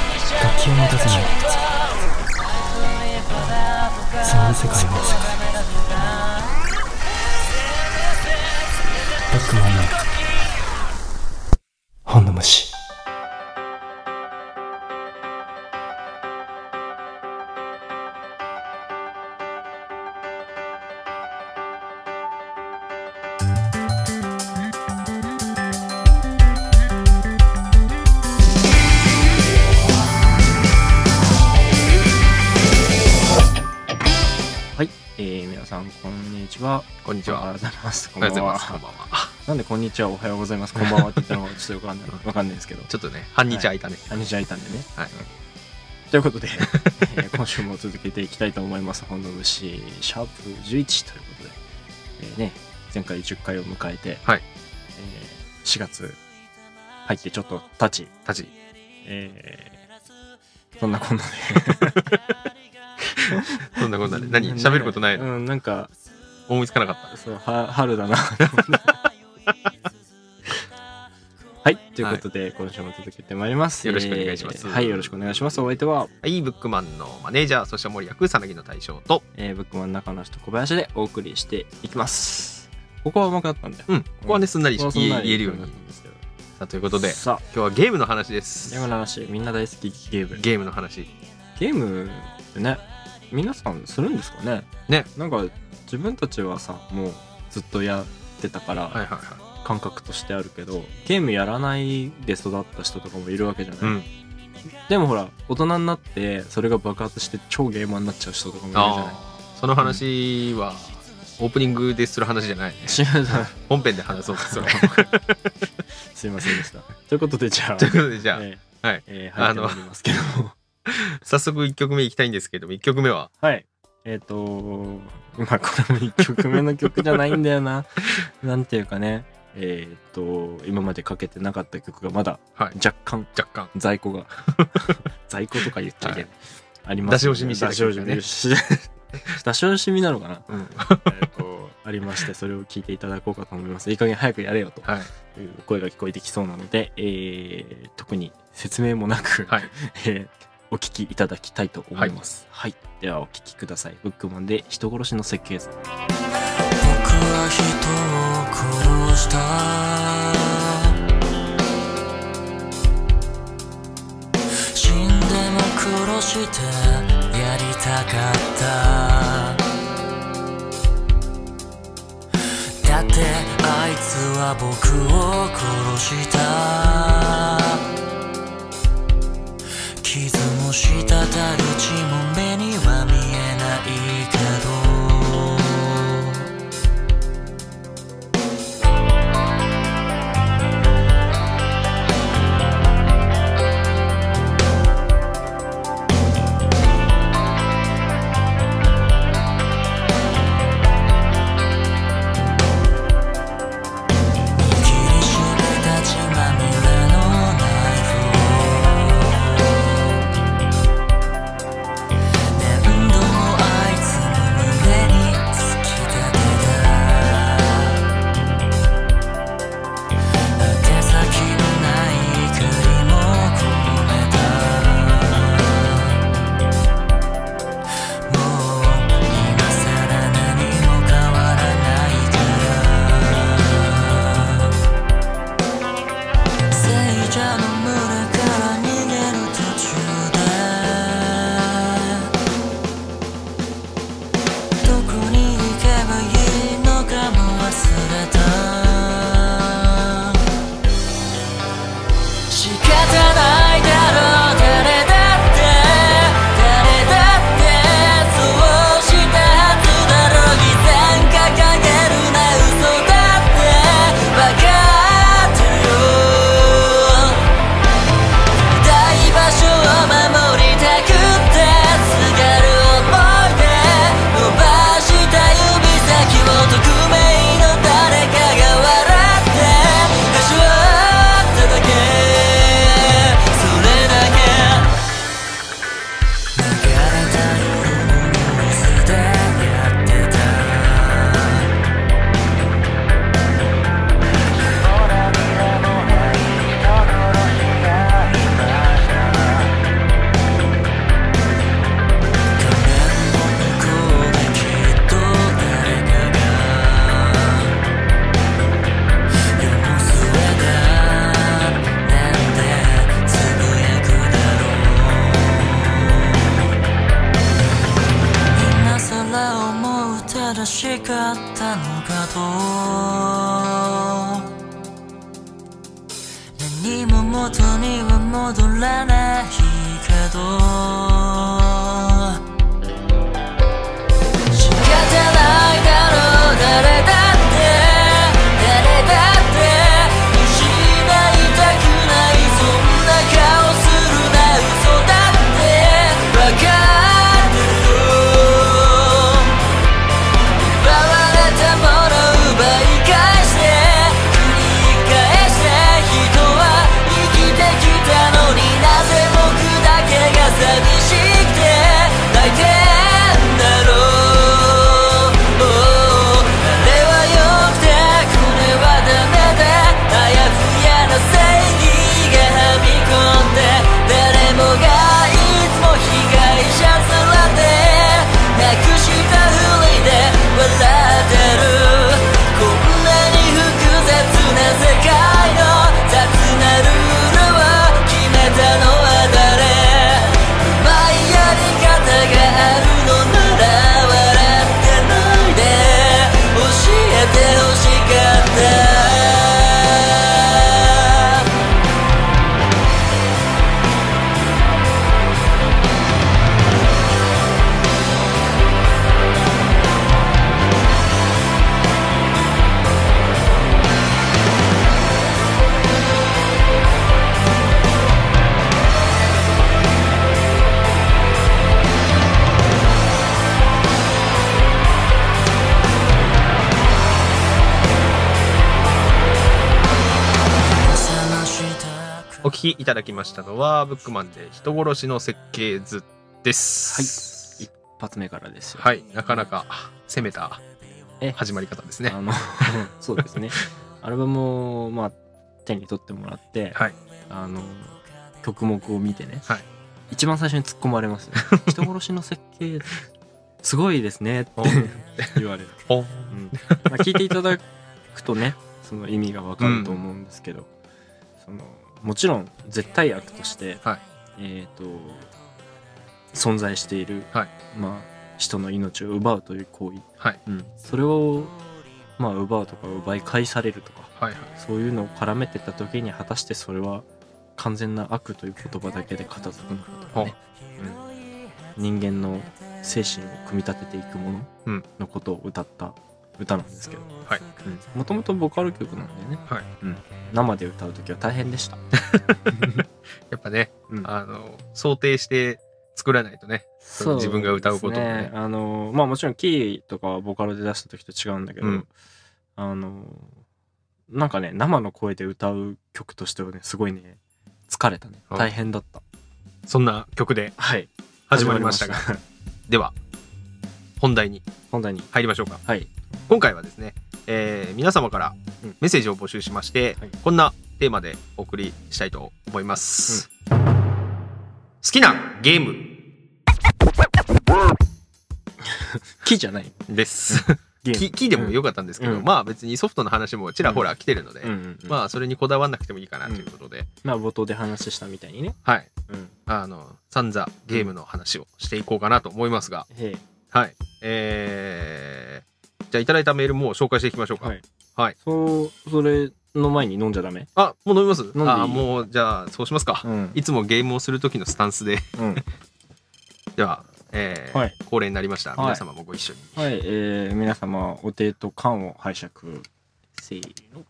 を持たせないそんな世界は世界バックマンの本の虫はい、えー、皆さんこんにちは。こんにちおはよは。うございます。おこはようございます。こはんばんは。なんでこんにちはおはようございます。こんばんはって言ったのがちょっとよくわかんないわかんないですけど。ちょっとね、半日空いたね。あにちはいたんでね。はい。ということで、 えー今週も続けていきたいと思います。本の虫シャープ11ということで、えーね前回10回を迎えて、はえいー4月入ってちょっと経ち、た ち、えーそんなこんなでそんなことなで、何喋ることないのうん、なんか思いつかなかった。そうは春だな はいということで、今週も続けてまいりますよろしくお願いしますえーはいよろしくお願いしますお相手は、はい、ブックマンのマネージャー、そして森役、さなぎの大将と、えー、ブックマン中の人小林でお送りしていきますここはうまくなったんだようん、ここはね、すんなりここはそん言なえに言えるようなっにたんですけどさあということで、さ今日はゲームの話であすゲー。ムの話みんな大好きゲームゲームの話。ゲームってね皆さんするんですかねねなんか自分たちはさもうずっとやってたから、はいはいは感覚としてあるけどゲームやらないで育った人とかもいるわけじゃない、い。うん。でもほら大人になってそれが爆発して超ゲーマーになっちゃう人とかもいるじゃないああ、その話は、オープニングでする話じゃないね。 違うじゃん本編で 話そうそれすいませんでしたということでじゃ あということで、じゃえあ、はい。ええー、はいあのありますけど早速1曲目いきたいんですけども、1曲目は、 はいえっ、ー、とまあこれも1曲目の曲じゃないんだよ ななんていうかねえっ、と今までかけてなかった曲がまだはい、若干若干。在庫 が在庫とか言っちゃいけない、あります、出し惜しみして出るし惜し曲みがね 出し惜しみなのかなうん。えっとありましてそれを聞いていただこうかと思いますいい加減早くやれよとはい。いう声が聞こえてきそうなので、えー特に説明もなく、はい。 えーお聞きいただきたいと思いますはい、ではお聞きくださいブックマンで人殺しの設計図僕は人を殺した死んでも殺してやりたかっただってあいつは僕を殺した傷も滴る血も目には見えないけど切り締めた血まみれのナイフを何度もあいつの胸に突き立てた手先のない怒りも込めたもう今さら何も変わらないから聖者の群れから逃げる途中でどこに行けばいいのかも忘れた仕方ないだろう誰だって誰だってそうしたはずだろう偽善掲げるな嘘だって分かってる痛い場所を守りたくてすがる思いで伸ばした指先を匿名の誰かが笑ってかしわっただけ何も元には戻らないけど仕方ないだろう誰だって誰だって失いたくないそんな顔するな嘘だってわかるよ奪われたもの奪い返して繰り返して人は生きてきたのになぜ僕だけが寂しくて泣いてんだろうあれは良くてこれはダメだあやふやな正義がはみ込んで誰もがいつも被害者さらでなくしたふりで笑ってるこんなに複雑な世界の雑なルールを決めたのは誰うまいやり方があるのなら笑ってないで教えてほしかったお聞きいただきましたのは、ブックマンで人殺しの設計図です。一発目からですよ。はい。なかなか攻めたえ始まり方ですね。あの そうですね。アルバムを、まあ、手に取ってもらって、はいあの曲目を見てね、はい一番最初に突っ込まれ ますよ。人殺しの設計すごいですねってお言われる。おうんまあ、聞いていただくとねその意味がわかると思うんですけど、そのもちろん絶対悪として、はいえー、と存在している、はいまあ、人の命を奪うという行為、はいうんそれを、まあ、奪うとか奪い返されるとかはいはい。そういうのを絡めてった時に果たしてそれは完全な悪という言葉だけで片付くのかとかね、うん、人間の精神を組み立てていくもうのんのことを歌った歌なんですけどはいもともとボカロ曲なんだよね、はいうん、生で歌う時は大変で した、やっぱね、うんあの、想定して作らないとね。そう自分が歌うこともねですあのまあもちろんキーとかはボカロで出した時と違うんだけど、うんあのなんかね生の声で歌う曲としてはねすごいね疲れたねあ大変だったそんな曲ではい始まりましたが。始まりましたでは、本題に本題に入りましょうか。はい今回はですね、えー皆様からうんメッセージを募集しまして、はいこんなテーマでお送りしたいと思います、好きなゲーム木じゃないですゲーム聞聞いてもよかったんですけど、うんまあ別にソフトの話もちらほら来てるので、うんうんうんまあ、まあそれにこだわんなくてもいいかなということで、冒頭で話したみたいにねはいうんあの散々ゲームの話をしていこうかなと思いますが、へはいえー、じゃあいただいたメールもう紹介していきましょうえか、はいはいそうそれの前に飲んじゃダメあもう飲みますんでいいあもうじゃあそうしますか、うんいつもゲームをする時のスタンスで うんでは、えーはい恒例になりました。はい皆様もご一緒に。 はい、えー、皆様、お手と缶を拝借。せーの。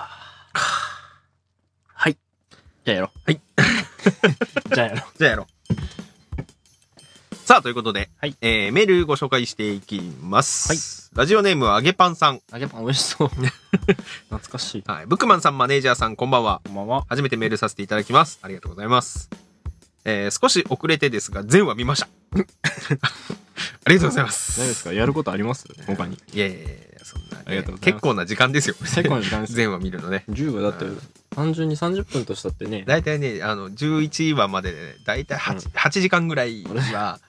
はい。じゃあやろう。はい。 じゃあやろじゃあやろう。さあ、ということで、はいえーメールご紹介していきます。ラジオネームは揚げパンさん。う。揚げパン美味しそう。 懐かしい。はい。ブックマンさん、マネージャーさん、こんばんは。こんばんは。初めてメールさせていただきます。ありがとうございます。えー少し遅れてですが、全話見ました。 ありがとうございます。何ですかやることあります他に。いやいやいや、そんな、ね、ありがとうございます結構な時間ですよ。最後の時間です。全話見るのね。 10はだって、単純に30分としたってね、大体ねあの11話までで、ね、大体 8,、うん8時間ぐらいは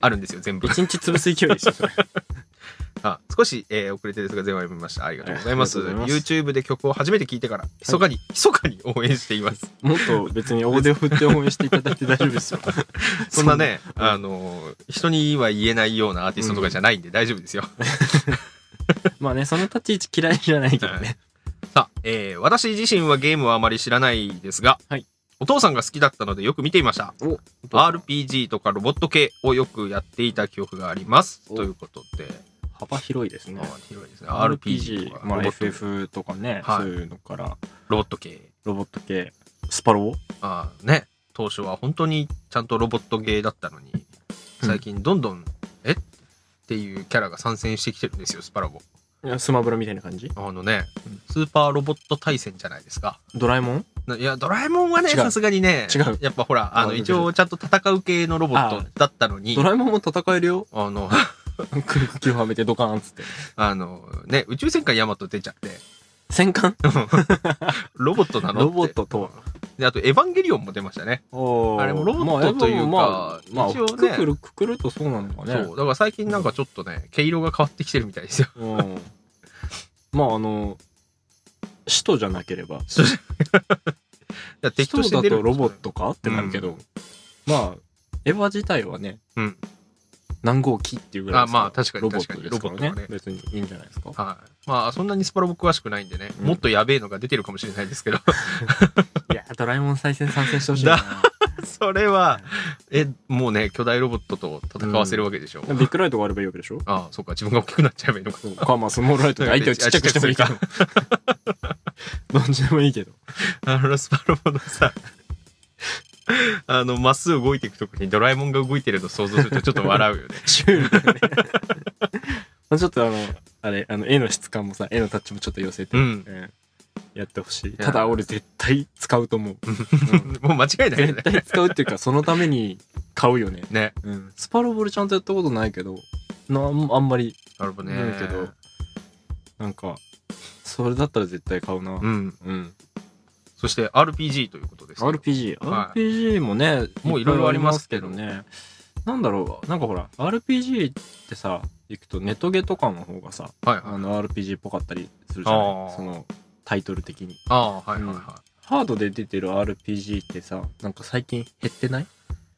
あるんですよ全部一日潰す勢いですよ、それ。 あ少し、えー遅れてですが前話見ましたありがとうございますありがとうございます YouTube で曲を初めて聴いてから密かに、密かに応援していますもっと別に大手を振って応援していただいて大丈夫 ですよそんなね、あのー人には言えないようなアーティストとかじゃないんで大丈夫ですよ、まあねその立ち位置嫌いじゃないけどねさあ、えー私自身はゲームはあまり知らないですが、はいお父さんが好きだったのでよく見ていましたお RPG とかロボット系をよくやっていた記憶がありますおということで、幅広いですねあ広いですね RPG とか、まあロボット FF とかね、はいそういうのからロボット系ロボット系スパロああね当初は本当にちゃんとロボットゲーだったのにうん最近どんどん、えっていうキャラが参戦してきてるんですよスパラボーいやスマブラみたいな感じあのね、うんスーパーロボット対戦じゃないですかドラえもんないやドラえもんはね違うさすがにね違うやっぱほらあのあ一応ちゃんと戦う系のロボットだったのにドラえもんも戦えるよ あの 空気をはめてドカーンっつってあのね宇宙戦艦ヤマト出ちゃって戦艦ロボットなのってロボットとはであと「エヴァンゲリオン」も出ましたねおーあれもロボットというかまあでもまあ、まあ一応ねくくるくくるとそうなのかねそうだから最近なんかちょっとね毛色が変わってきてるみたいですようんまああの使徒じゃなければ使徒だから使敵と徒してだ出るとロボットかってなるけど、まあエヴァ自体はね、うん何号機っていうぐらいですらあまあ確かにロボットです確かかにらロボッねトはね別にいいんじゃないですかはい。まあ、そんなにスパロボ詳しくないんでね、うんもっとやべえのが出てるかもしれないです けど、いやドラえもん再戦参戦してほしいなそれは、え、もうね、巨大ロボットと戦わせるわけでしょ。 ビッグライトがあればいいわけでしょああ、そうか、自分が大きくなっちゃえばいいのか。そうかまあスモールライトで相手をちっちゃくしても いいかあら どっちでもいいけど あの、スパロボのさ、 あの、まっすぐ動いていくとこにドラえもんが動いてるの想像するとちょっと笑う よね。シュールだよねまあちょっとあのあれあの絵の質感もさ絵のタッチもちょっと寄せて、うん。うんやってほしいただ俺絶対使うと思う、うんもう間違いないよ 絶ね。対使うっていうかそのために買うよねね。うん、スパロボでちゃんとやったことないけどなんあんまりなるほどね。ないけど、なんかそれだったら絶対買うなう、うんん。そして RPG ということですけど。 RPGRPG、はい RPG もねもういぱろいろありますあけりどますけどねなんだろうなんかほら RPG ってさ行くとネトゲとかの方がさはいはい。あの RPG っぽかったりするじゃなあーいそのタイトル的にああ、はいはいはい。ハードで出てる RPG ってさなんか最近減ってない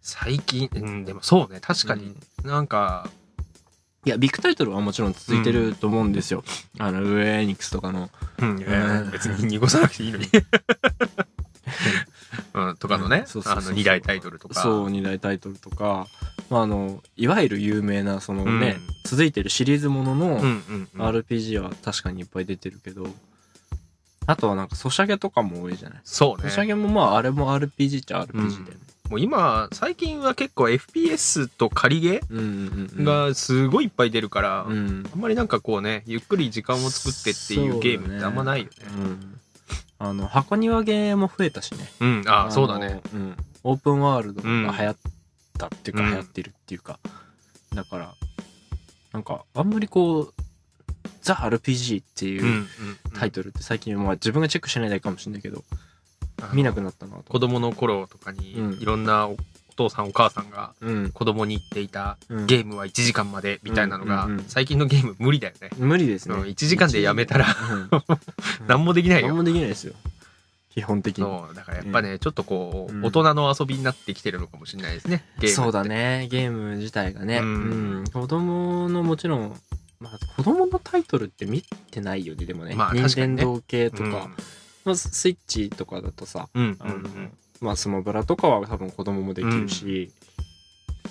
最近、うん、でもそうね、確かに、うんなんか、いやビッグタイトルはもちろん続いてると思うんですよ、あのウェーエニックスとかのうん、うん別に濁さなくていいのに。 うん、とかのね、そうそうそあうのそう二大タイトルとか。そう二大タイトルとか、まあ、あのいわゆる有名なそのね、うん続いてるシリーズもののうんうんうん RPG は確かにいっぱい出てるけどあとはなんかソシャゲとかも多いじゃないそうソシャね。ゲもまああれも RPG っちゃ RPG だよね、もう今、最近は結構 FPS と仮ゲうん、うんうんうーんがすごいいっぱい出るから、うんあんまりなんかこうね、ゆっくり時間を作ってっていうゲームってあんまないよね。そうだうんあの箱庭ゲーも増えたしねうん、ああ、そうだね。の、うん、オープンワールドが流行ったっていうか、うん流行ってるっていうかだからなんかあんまりこう「ザ・ RPG」ってうん、ういうんタイトルって最近、まあ、自分がチェックしてないだけかもしれないけどうん見なくなったなと子供の頃とかうに、んいろんなお父さんお母さんがうん、子供に言っていたうん、ゲームは1時間までみたいなのがうんうんうん最近のゲーム無理だよね。無理ですね、うん1時間でやめたらうん何もできない何よ。もできないですよ基本的にそうだからやっぱね、ちょっとこう、うん大人の遊びになってきてるのかもしれないですね。ゲームってそうだ。ねゲーム自体がね、ううんん子供のもちろん、まあ、子供のタイトルって見てないよねでもね,、まあ任確かに天ね堂系ととか、か。まあ、スイッチとかだとさ、うん。あのまあ、スマブラとかは多分子供もできるし、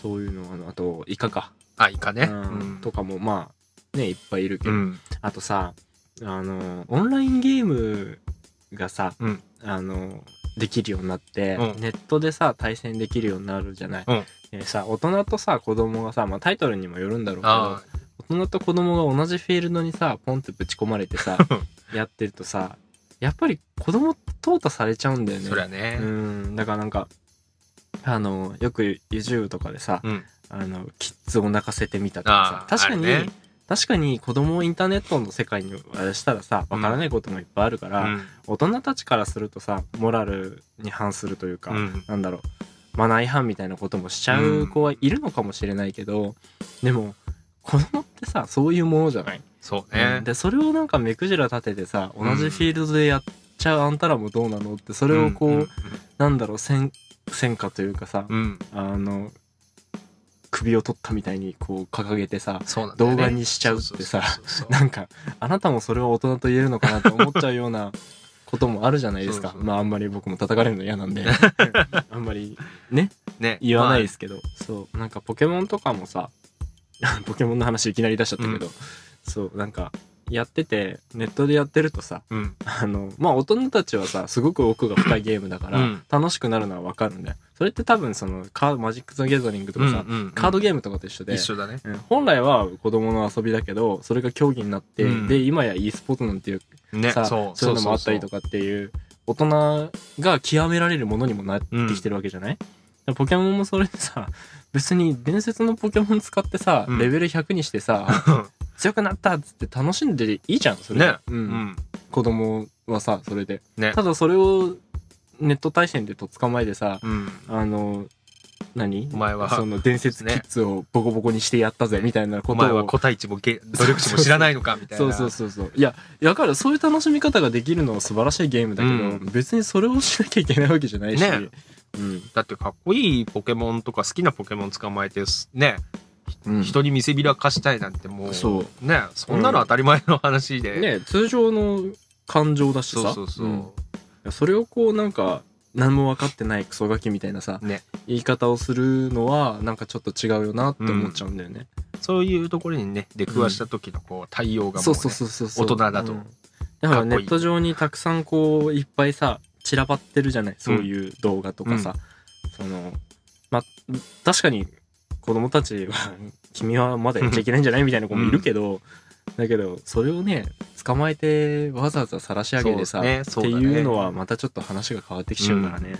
そういうのあのあとイカか、あ、イカね。うんうんとかもまあねいっぱいいるけうど、ん。あとさあのオンラインゲームがさ、うんあのできるようになって、うんネットでさ対戦できるようになるじゃない、うんえさ大人とさ子供がさ、まあ、タイトルにもよるんだろうけどあ大人と子供が同じフィールドにさポンってぶち込まれて さやってるとさやっぱり子供って淘汰されちゃうんだよあ、ねそりゃねう。んだからなんかあのよく YouTube とかでさ、うん。あのキッズを泣かせてみたとかあーさ確かに、あるね確かに子供をインターネットの世界にあれしたらさわからないこともいっぱいあるから、うん大人たちからするとさモラルに反するというか、うんなんだろうマナー違反みたいなこともしちゃう子はいるのかもしれないけど、でも子供ってさそういうものじゃない、そうね。でそれをなんか目くじら立ててさ同じフィールドでやっちゃうあんたらもどうなのってそれをこう、うんなんだろう戦戦果というかさ、うんうん、あの首を取ったみたいにこう掲げてさそうなんだよ動ね画にしちゃうってさそうそうそうそうなんかあなたもそれは大人と言えるのかなと思っちゃうようなこともあるじゃないですかそうそうまああんまり僕も叩かれるの嫌 なんでうんあんまりねね、言わないですけど、そうなんかポケモンとかもさ ポケモンの話いきなり出しちゃったけど、そうなんかやっててネットでやってるとさまあうん、あのまあ大人たちはさすごく奥が深いゲームだから、うん楽しくなるのはわかるんだよそれって多分そのカーマジック・ザ・ギャザリングとかさ、うんうんうんカードゲームとかと一緒で一緒だね。うん本来は子供の遊びだけどそれが競技になって、うんで今や e スポーツなんていうね、さそうそういうのもあったりとか。かっていう大人が極められるものにもなってきてるわけじゃない、ポケモンもそれでさ別に伝説のポケモン使ってさ、うんレベル100にして さ強くなったっつって楽しんでいいじゃんそれでね、ううんん、子供はさそれでね、ただそれをネット対戦でとっ捕まえてさうん、あの何お前はその伝説キッズをボコボコにしてやったぜみたいなことをお前は個体値もげ努力値も知らないのかみたいな。そうそうそうそういやだからそういう楽しみ方ができるのは素晴らしいゲームだけど、うん別にそれをしなきゃいけないわけじゃないし、ねうんだってかっこいいポケモンとか好きなポケモン捕まえてすね、うん人に見せびらかしたいなんてもうそねそんなの当たり前の話で、ね通常の感情だしさそうそうそう、んそれをこうなんか何も分かってないクソガキみたいなさ、ね言い方をするのはなんかちょっと違うよなって思っちゃうんだよね、そういうところにね出くわした時のこう対応がもう、ねそうそうそうそうそう大人だとうんだからネかっこいッいト上にたくさんこういっぱいさ散らばってるじゃないそういう動画とかさ、そのまあ確かに子供たちは君はまだやっちゃいけないんじゃないみたいな子もいるけど、だけどそれをね捕まえてわざわざ晒し上げてさ、そうねってそうだねいうのはまたちょっと話が変わってきちゃうからね、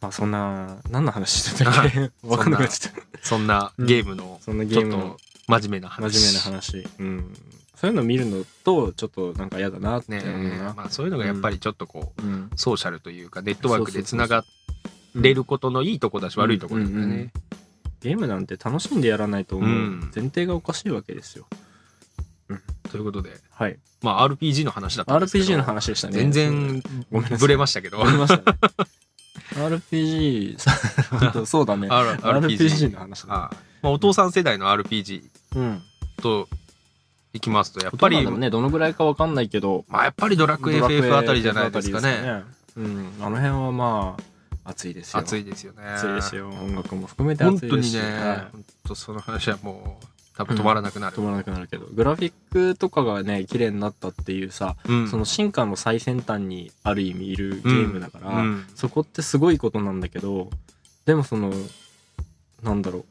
まあそんな何の話してたっ けわかんなくなっちゃったそんなゲームの、そんなゲちーょっムのと真面目な話真面目な話、うん、そういうの見るのとちょっとなんか嫌だなってね思うな、まあ、そういうのがやっぱりちょっとこう、うん、ソーシャルというかネットワークでつながれることのいいとこだし、うん悪いところだよね、うんうんゲームなんて楽しんでやらないと思う、うん前提がおかしいわけですよということではいまあ RPG の話だったんですけど RPG の話でしたね全然ごめんなさいぶれまし たけどあり ましたね RPG さ本当そうだね R- RPG の話だ、ああまあ、お父さん世代の RPG うん、といきますとやっやっぱぱりり、だろうねどのぐらいかわかんないけどまあ、やっぱりドラクエドラクエ FF あたりじゃないですかねあたりですかねうん、あの辺はまあ熱いですよ熱いですよね熱いですよ音楽も含めて本熱い当ですにしね、はい本当その話はもう多分止まらなくなる止、まらなくなるけどグラフィックとかがね綺麗になったっていうさ、うんその進化の最先端にある意味いるゲームだから、うんそこってすごいことなんだけどでもそのなんだろう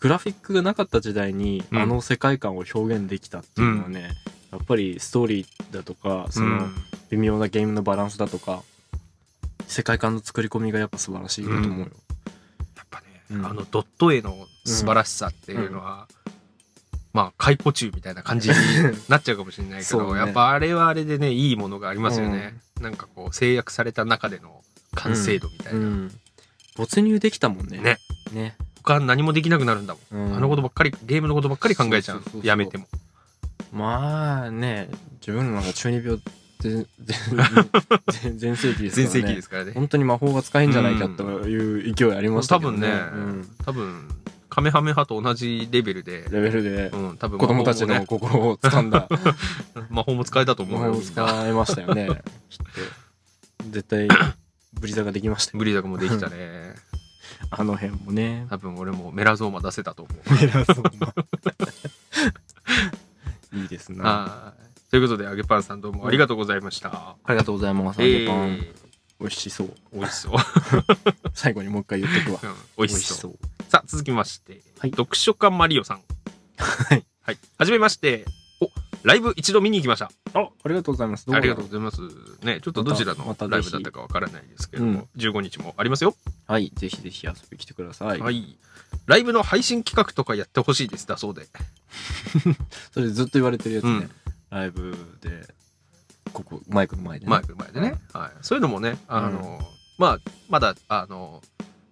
グラフィックがなかった時代に、うんあの世界観を表現できたっていうのはね、やっぱりストーリーだとかそのうん微妙なゲームのバランスだとか世界観の作り込みがやっぱ素晴らしいなと思うよ。やっぱね、うんあのドット絵の素晴らしさっていうのは、まあ解雇中みたいな感じになっちゃうかもしれないけそど、うねやっぱあれはあれでねいいものがありますよね、なんかこう制約された中での完成度みたい な、うん没入できたもんね。ねね他何もできなくなるんだもん、うんあのことばっかりゲームのことばっかり考えちゃそううそうそうそうやめてもまあね自分なんか中二病全全全盛期ですから全ね盛期ですからね本当に魔法が使えんじゃないかという勢いありました多けど分ねね、多分カメハメ派と同じレベルでうん、、レベルでうん、多分子供たち魔の心を掴んだ法もね 魔法も使えたと思魔う法よをみんな使いましたよねきっと絶対ブリザができましたよブリザクもでき たねあの辺もね多分俺もメラゾーマ出せたと思う偉そうな いいですなあはい。ということで、揚げパンさんどうもありがとうございました。りがとうございますえ揚げパン、ー美味しそう美味し そう。最後にもう一回言っとくうわん美味しそう。うさあ、続きまして、はい読書家マリオさん。はい。はい。はじめまして。お、ライブ一度見に行きました。あありがとうございますどうあもりがとうございます。ね、ちょっとどちらのまたまたライぜブひだったかわからないですけども、15日もありますよ。はい、ぜひぜひ遊びに来てください。はい。ライブの配信企画とかやってほしいですだそうで。それずっと言われてるやつね。うんライブで、ここ、マイクの前でね。マイクの前でね。はい。そういうのもね、あの、まあ、まだ、あの、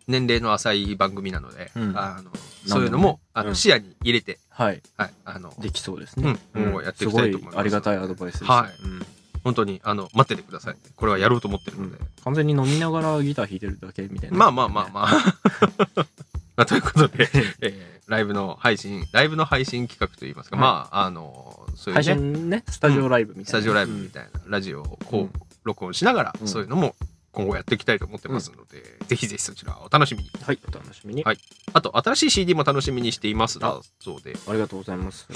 年齢の浅い番組なので、うんあのそういうのも、あうのん視野に入れて、はい。はい、あのできそうですね。うんもうやっていきたいと思いますごいありがたいアドバイスですね。はいうん本当にあの待っててくださいこれはやろうと思ってるので、完全に飲みながらギター弾いてるだけみたいな。まあまあまあ まあ。 まあということで、えーライブの配信ライブの配信企画といいますか、はいまああのそういう配ね信ね、スタジオライブみたいな。スタジオライブうんみたいな、ラジオをこう、うん録音しながら、うんそういうのも今後やっていきたいと思ってますので、ぜひぜひそちらお楽しみにはい、お楽しみに。はいあと新しい CD も楽しみにしていますだあそうでありがとうございます。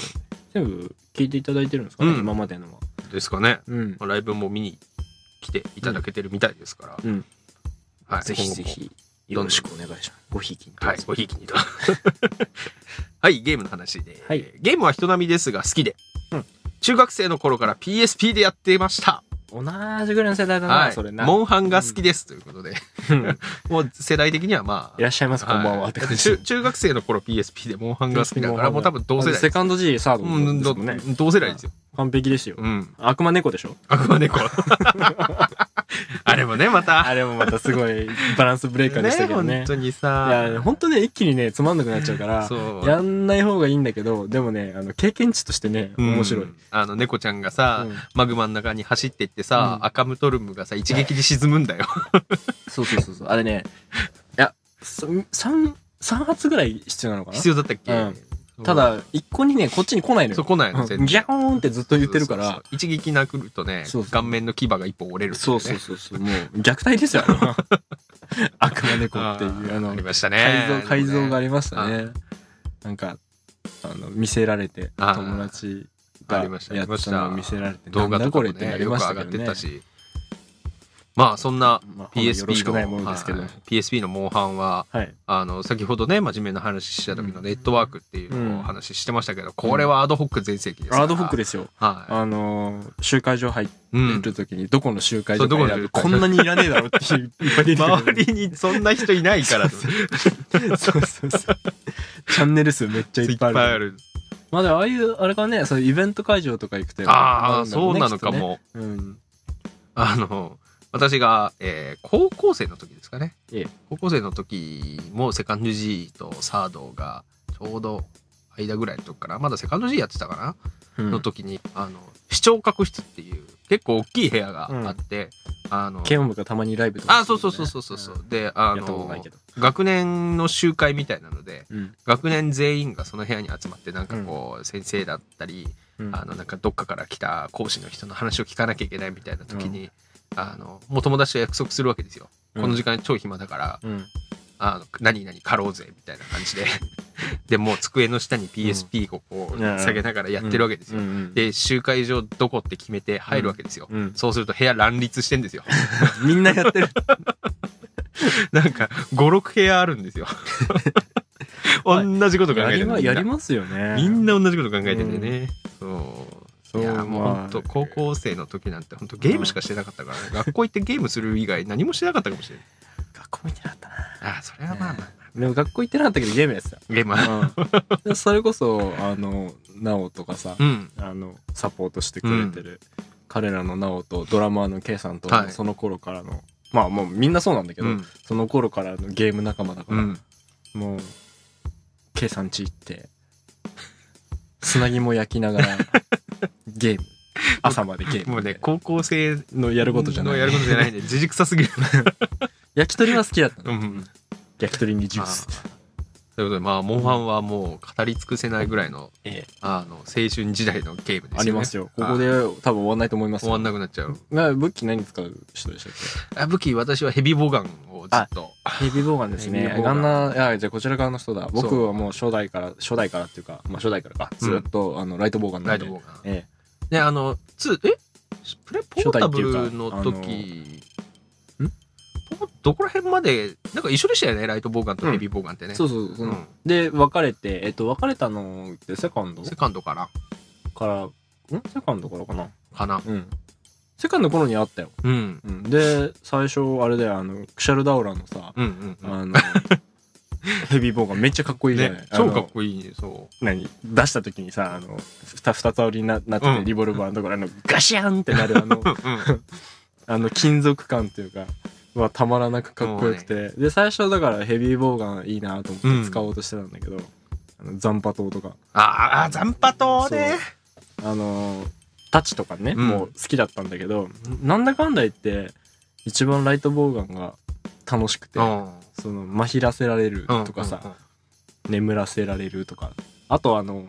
全部聞いていただいてるんですかね、うん今までのは。ですかねうん。まあライブも見に来ていただけてるみたいですから、うんはい、ぜひぜひ、よろしくお願いします。ごひいきに。はい、ごひいきにと。 はい、ゲームの話で、はいゲームは人並みですが好きで、うん中学生の頃から PSP でやってました。同じぐらいの世代だな、はい、それな。モンハンが好きですということで、 うんもう世代的にはまあい、らっしゃいます、こんばんはは。 いって感じ。中中学生の頃 PSP でモンハンが好きだから、もう多分同世代セカンド G、サードうもん、ですどもんね。同世代ですよ。完璧ですよ。うん。悪魔猫でしょ悪 魔猫。あれもね、また。あれもまたすごいバランスブレーカーでしたけどね。本当にいや、さ。本当ね、一気にね、つまんなくなっちゃうから、そう。やんない方がいいんだけど、でもね、あの、経験値としてね、面白い。うん。あの、猫ちゃんがさ、うんマグマの中に走ってってさ、うんアカムトルムがさ、一撃で沈むんだよ。そうそうそうそう。あれ ね、いや、そ三三発ぐらい必要なのかな必要だったっけ、うんただ、一個にね、こっちに来ないのそよ。う来ないの、うんギャーンってずっと言ってるから。そうそうそう一撃なくるとねそうそう顔面の牙が一本折れるっていそうね、そうそうそう、もう虐待ですよ、あれ は悪魔猫あーっていう、あのあり、ましたね改造、改造があねりましたね。なんか、あの、見せられて、あー友達があやりっましたたのを見せられて、動画なんだとかこも、れってなね、りよくまし上たけがっどてね。たし、まあそんなまあ、よ PSP ろしくないもののですけどはい。PSP のモンハンははい。あの先ほどね真面目な話した時のネットワークっていうのをお話ししてましたけど、これはアドホック全盛期ですからアードホックですよ。はあのー、集会所入っい、うんてる時に、どこの集会所そうどかこの選集ぶ会所こんなにいらねえだろっていう いっぱい出てくる。周りにそんな人いないか らとそうそうそう。チャンネル数めっちゃいいっっぱぱいいあある。る。まあでもああいう、あれかね、そういうイベント会場とか行くと。ああ、んだろそうねなのか。も。きっとねうん。あの、私が、えー高校生の時ですかね。ええ高校生の時もセカンド G とサードがちょうど間ぐらいの時かな。まだセカンド G やってたかな、うんの時に、あの、視聴覚室っていう結構大きい部屋があって、あの、ケンオムがたまにライブとかあ、するそんうだよそうね。そうそうそうそう。んで、やあったことのないけど。学年の集会みたいなので、うん。学年全員がその部屋に集まって、なんかこう、先生だったり、うんあのなんかどっかから来た講師の人の話を聞かなきゃいけないみたいな時に、あのもう友達と約束するわけですよ、この時間超暇だからうん。あの何々かろうぜみたいな感 じででもう机の下に PSP をこううん下げながらやってるわけですよ、うんうんで集会所どこって決めて入るわけですよ、うんそうすると部屋乱立してんですよみんなやってる。なんか56部屋あるんです よ同じこと考やえてりるまやりますよね。みんな同じこと考えててね。そう。そういやもうまあ本当高校生の時なんて本当ゲームしかしてなかったからね、学校行ってゲームする以外何もしてなかったかもしれない。学校行ってなかったな。ああそれはまあまあ、でも学校行ってなかったけどゲームやって た。ゲームは。うん、それこそあのなおとかさ、うん。あのサポートしてくれてる、彼らのなおとドラマーの K さんと、はいその頃からのまあもうみんなそうなんだけうど、ん。その頃からのゲーム仲間だかうら、ん。もう K さんち行って砂肝焼きなが らゲーム朝までゲームもうね、高校生のやることじゃないのやることじゃないね。 自軸さすぎる。焼き鳥は好きだったうの、ん。焼き鳥にジュースああということで、まあ、モンハンはもう語り尽くせないぐらいの、ええあの、青春時代のゲームですよね。ありますよここでああ。多分終わんないと思います終わんよなくなっちゃう。な武器何使う人でしたっけあ武器、私はヘビボガンをずっと。ヘビーボーガンですヘビね。ーボーガガンンナー、いや、じゃあこちら側の人だ。そ僕うはもう初代から、初代からっていうか、まあ初代からか、うんずっと、あの、ライトボーガンなライんで。トボーガン。えねあのつえプレポータブルの初代って時んポどこら辺までなんか一緒でしたよねライトボーガンとヘビーボーガンってね、え。そうそう、そのうんで、別れて、えっと、別れたのってセカンドセカンドかなから、んセカンドからかなかなうん。セカンド頃にあったよ。うんうん。で、最初、あれだよ、あの、クシャルダウラのさ、うんうんうんあの、 ヘビーボーガンめっちゃかっこいいじゃない、ね、超かっいい。こいいねそ何出した時にさ、あの、ふた二つ折りにななってうてん、リ ボルバーのところ、あの、ガシャンってなる、あのう、うんうんあの金属感というかはたまらなくかっこよくて、で最初だからヘビーボウガンいいなと思って使おうとしてたんだけど、あの残波刀とかあーあー、残波刀ね。あのータチとかね、うんもう好きだったんだけどなんだかんだ言って一番ライトボウガンが楽しくて、うんそのまひらせられるとかさ、、眠らせられるとかあとあの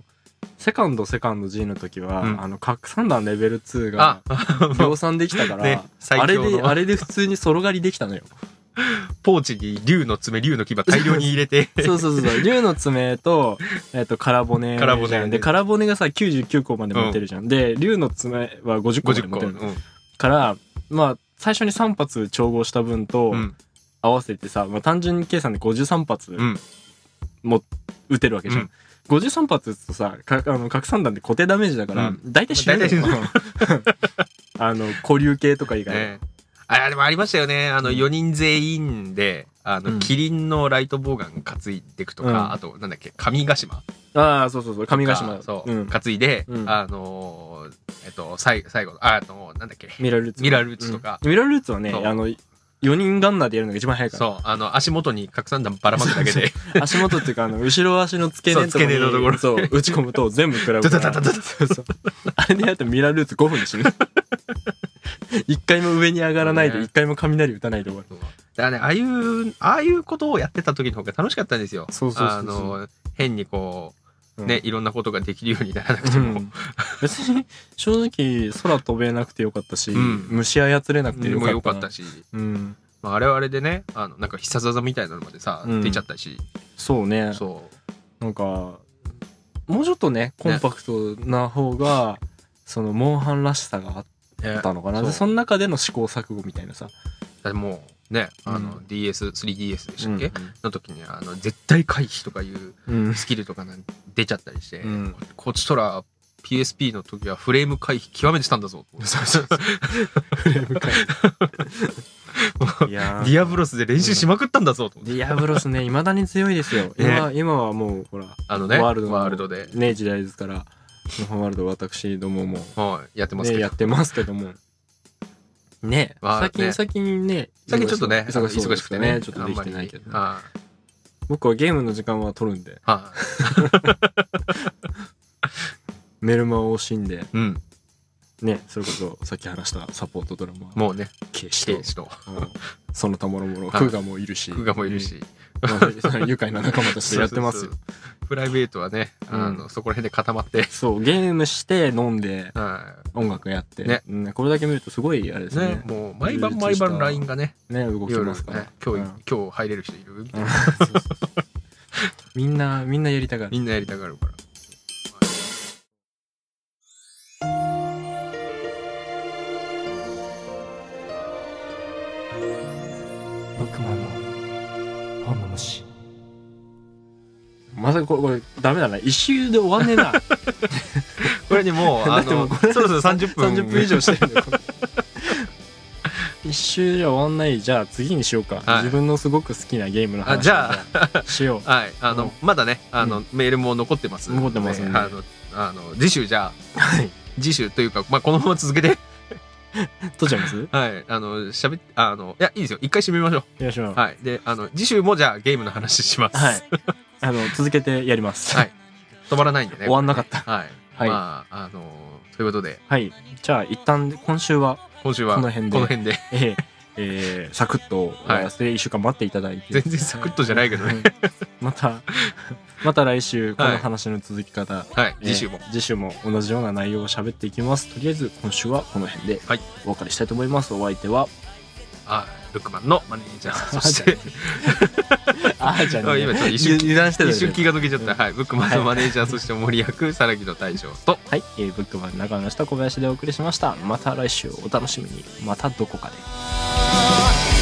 セカンドセカンド G の時は、うんあの核散弾レベル2あが、量産できたから、 ね最あれ強のであれで普通にソロ狩りでき たのよポーチに竜の爪、竜の牙大量に入れて、 そう そうそうそう竜の爪と,、えっと空骨空骨じゃんで空骨がさ99個まで持てるじゃん、で竜の爪は50個まで50持個。てるうんからまあ最初に3発調合した分とうん合わせてさ、まあ、単純計算で53発、うんも打てるわけじゃん。うん53発打つとさ、かあの拡散弾で固定ダメージだから、うん大体死ぬのよ大体死ぬ あの、古流系とか以外は。ねあでもありましたよね。あうの、ん4人全員で、あうの、んキリンのライトボウガン担いでいくとうんか、あと、なんだっけ、神ヶ島。ああ、そうそうそう、上ヶ島。そうう。ん。担いでう、んあのー、えっと、最最後の、ああの、なんだっけ、ミラルーツ。ミラルーツとかうんミラルーツはね、そうあの、4人ガンナーでやるのが一番早いから。そう、あの、足元に拡散弾ばらまくだけで、足元っていうか、あの、後ろ足の付け根とそう付け根のとこかろに、そう、打ち込むと全部食らうから。ドドドドドそうそうあれでやってミラルーツ5分で死ぬ。一回も上に上がらないで、そうね一回も雷打たないで終わる。 そうだからね、ああいう、ああいうことをやってた時の方が楽しかったんですよ。そうそうそうそうあの、変にこう、うんね、いろんなことができるようにならなくてうも、 ん、別に正直空飛べなくてよかったし、うん虫操れなくてでよかっもたよかったし、し、うん、まあ、あれはあれでね、あの、なんか必殺技みたいなのまでさ、うん出ちゃったし、そうねそう。なんかもうちょっとねコンパクトな方が、そのモンハンらしさがあっね、だたのかなそうでその中での試行錯誤みたいなさ、ってもう、ね、あの、うん DS、3DS でうしたっんけ、の時に、あの、絶対回避とかいううんスキルとかなん出ちゃったりして、うんこっちとら PSP の時はフレーム回避極めてたんだぞ。フレーム回いや ディアブロスで練習しまくったんだぞと思ってディアブロスねいまだに強いです よ、今今はもうほらあのね、ワールドのワールドで、ね時代ですからモンハンワールド私どももはい、やってますけね、ど、やってますけども。ね、まあ最近、ね最近ね、最近ちょっとね、忙忙しそうしくてね、ちょっとできてないけど、あんまり僕はゲームの時間は取るんで、はいはいメルマを惜しんで、うん、ね、それこそさっき話したサポートドラマ、もうね、警視死と、刑士と、うんその他もろもろ、はいクーガもいるし、クガもいるし、うん、まあその愉快な仲間としてやってますそうよそ。うそう。プライベートはね、あの、そこら辺で固まって、そう、ゲームして、飲んで、は音楽やって、ねうんこれだけ見るとすごい、あれでい、すね、。ねもう毎晩毎晩 LINE がね、ね、動き夜まねすから。、今日、うん 今日入れる人いるうんそうそうそうみんな、みんなやりたがる。みんなやりたがるから。僕もの本の虫まさかこれ、これ、ダメだな。一周で終わんね えな。これね、も う、だあってものうこ、れそろそろ30分。 30分以上してるよこれ一周じゃ終わんないじゃあ次にしようか、はい自分のすごく好きなゲームの話 あじゃあし ようはい、あの、まだね、あの、メールも残ってます。残ってますんであの、あの、次週じゃあ、はい次週というか、まあ、このまま続けて、 どうしちゃいますはい、あの、しゃべあの、いや、いいですよ。一回締めましょよしまう。ははい。で、あの、次週もじゃあ、ゲームの話します。い、あの続けてやります、はい止まらないんでね。終わんなかったはい。はいまあ、あの、ということで、はいじゃあ一旦今週は、今週は、この辺でこの辺でえーえーサクッと終わらせて1週間待っていただいて、全然サクッとじゃないけどね。またまた来週この話の続き方、はい、次週もえ。ー次週も同じような内容を喋っていきますとりあえず今週はこの辺ではいお別れしたいと思います、お相手はあ、ルックマンのマネージャー、そして、あーじゃ あね今ちょっ と一瞬油断してた一よ瞬気が抜けちゃった。うんはい、ブックマンのマネージャー、そして森役、さらぎの大将と、はい、えー、ブックマン中の下小林でお送りしましたまた来週お楽しみにまたどこかで「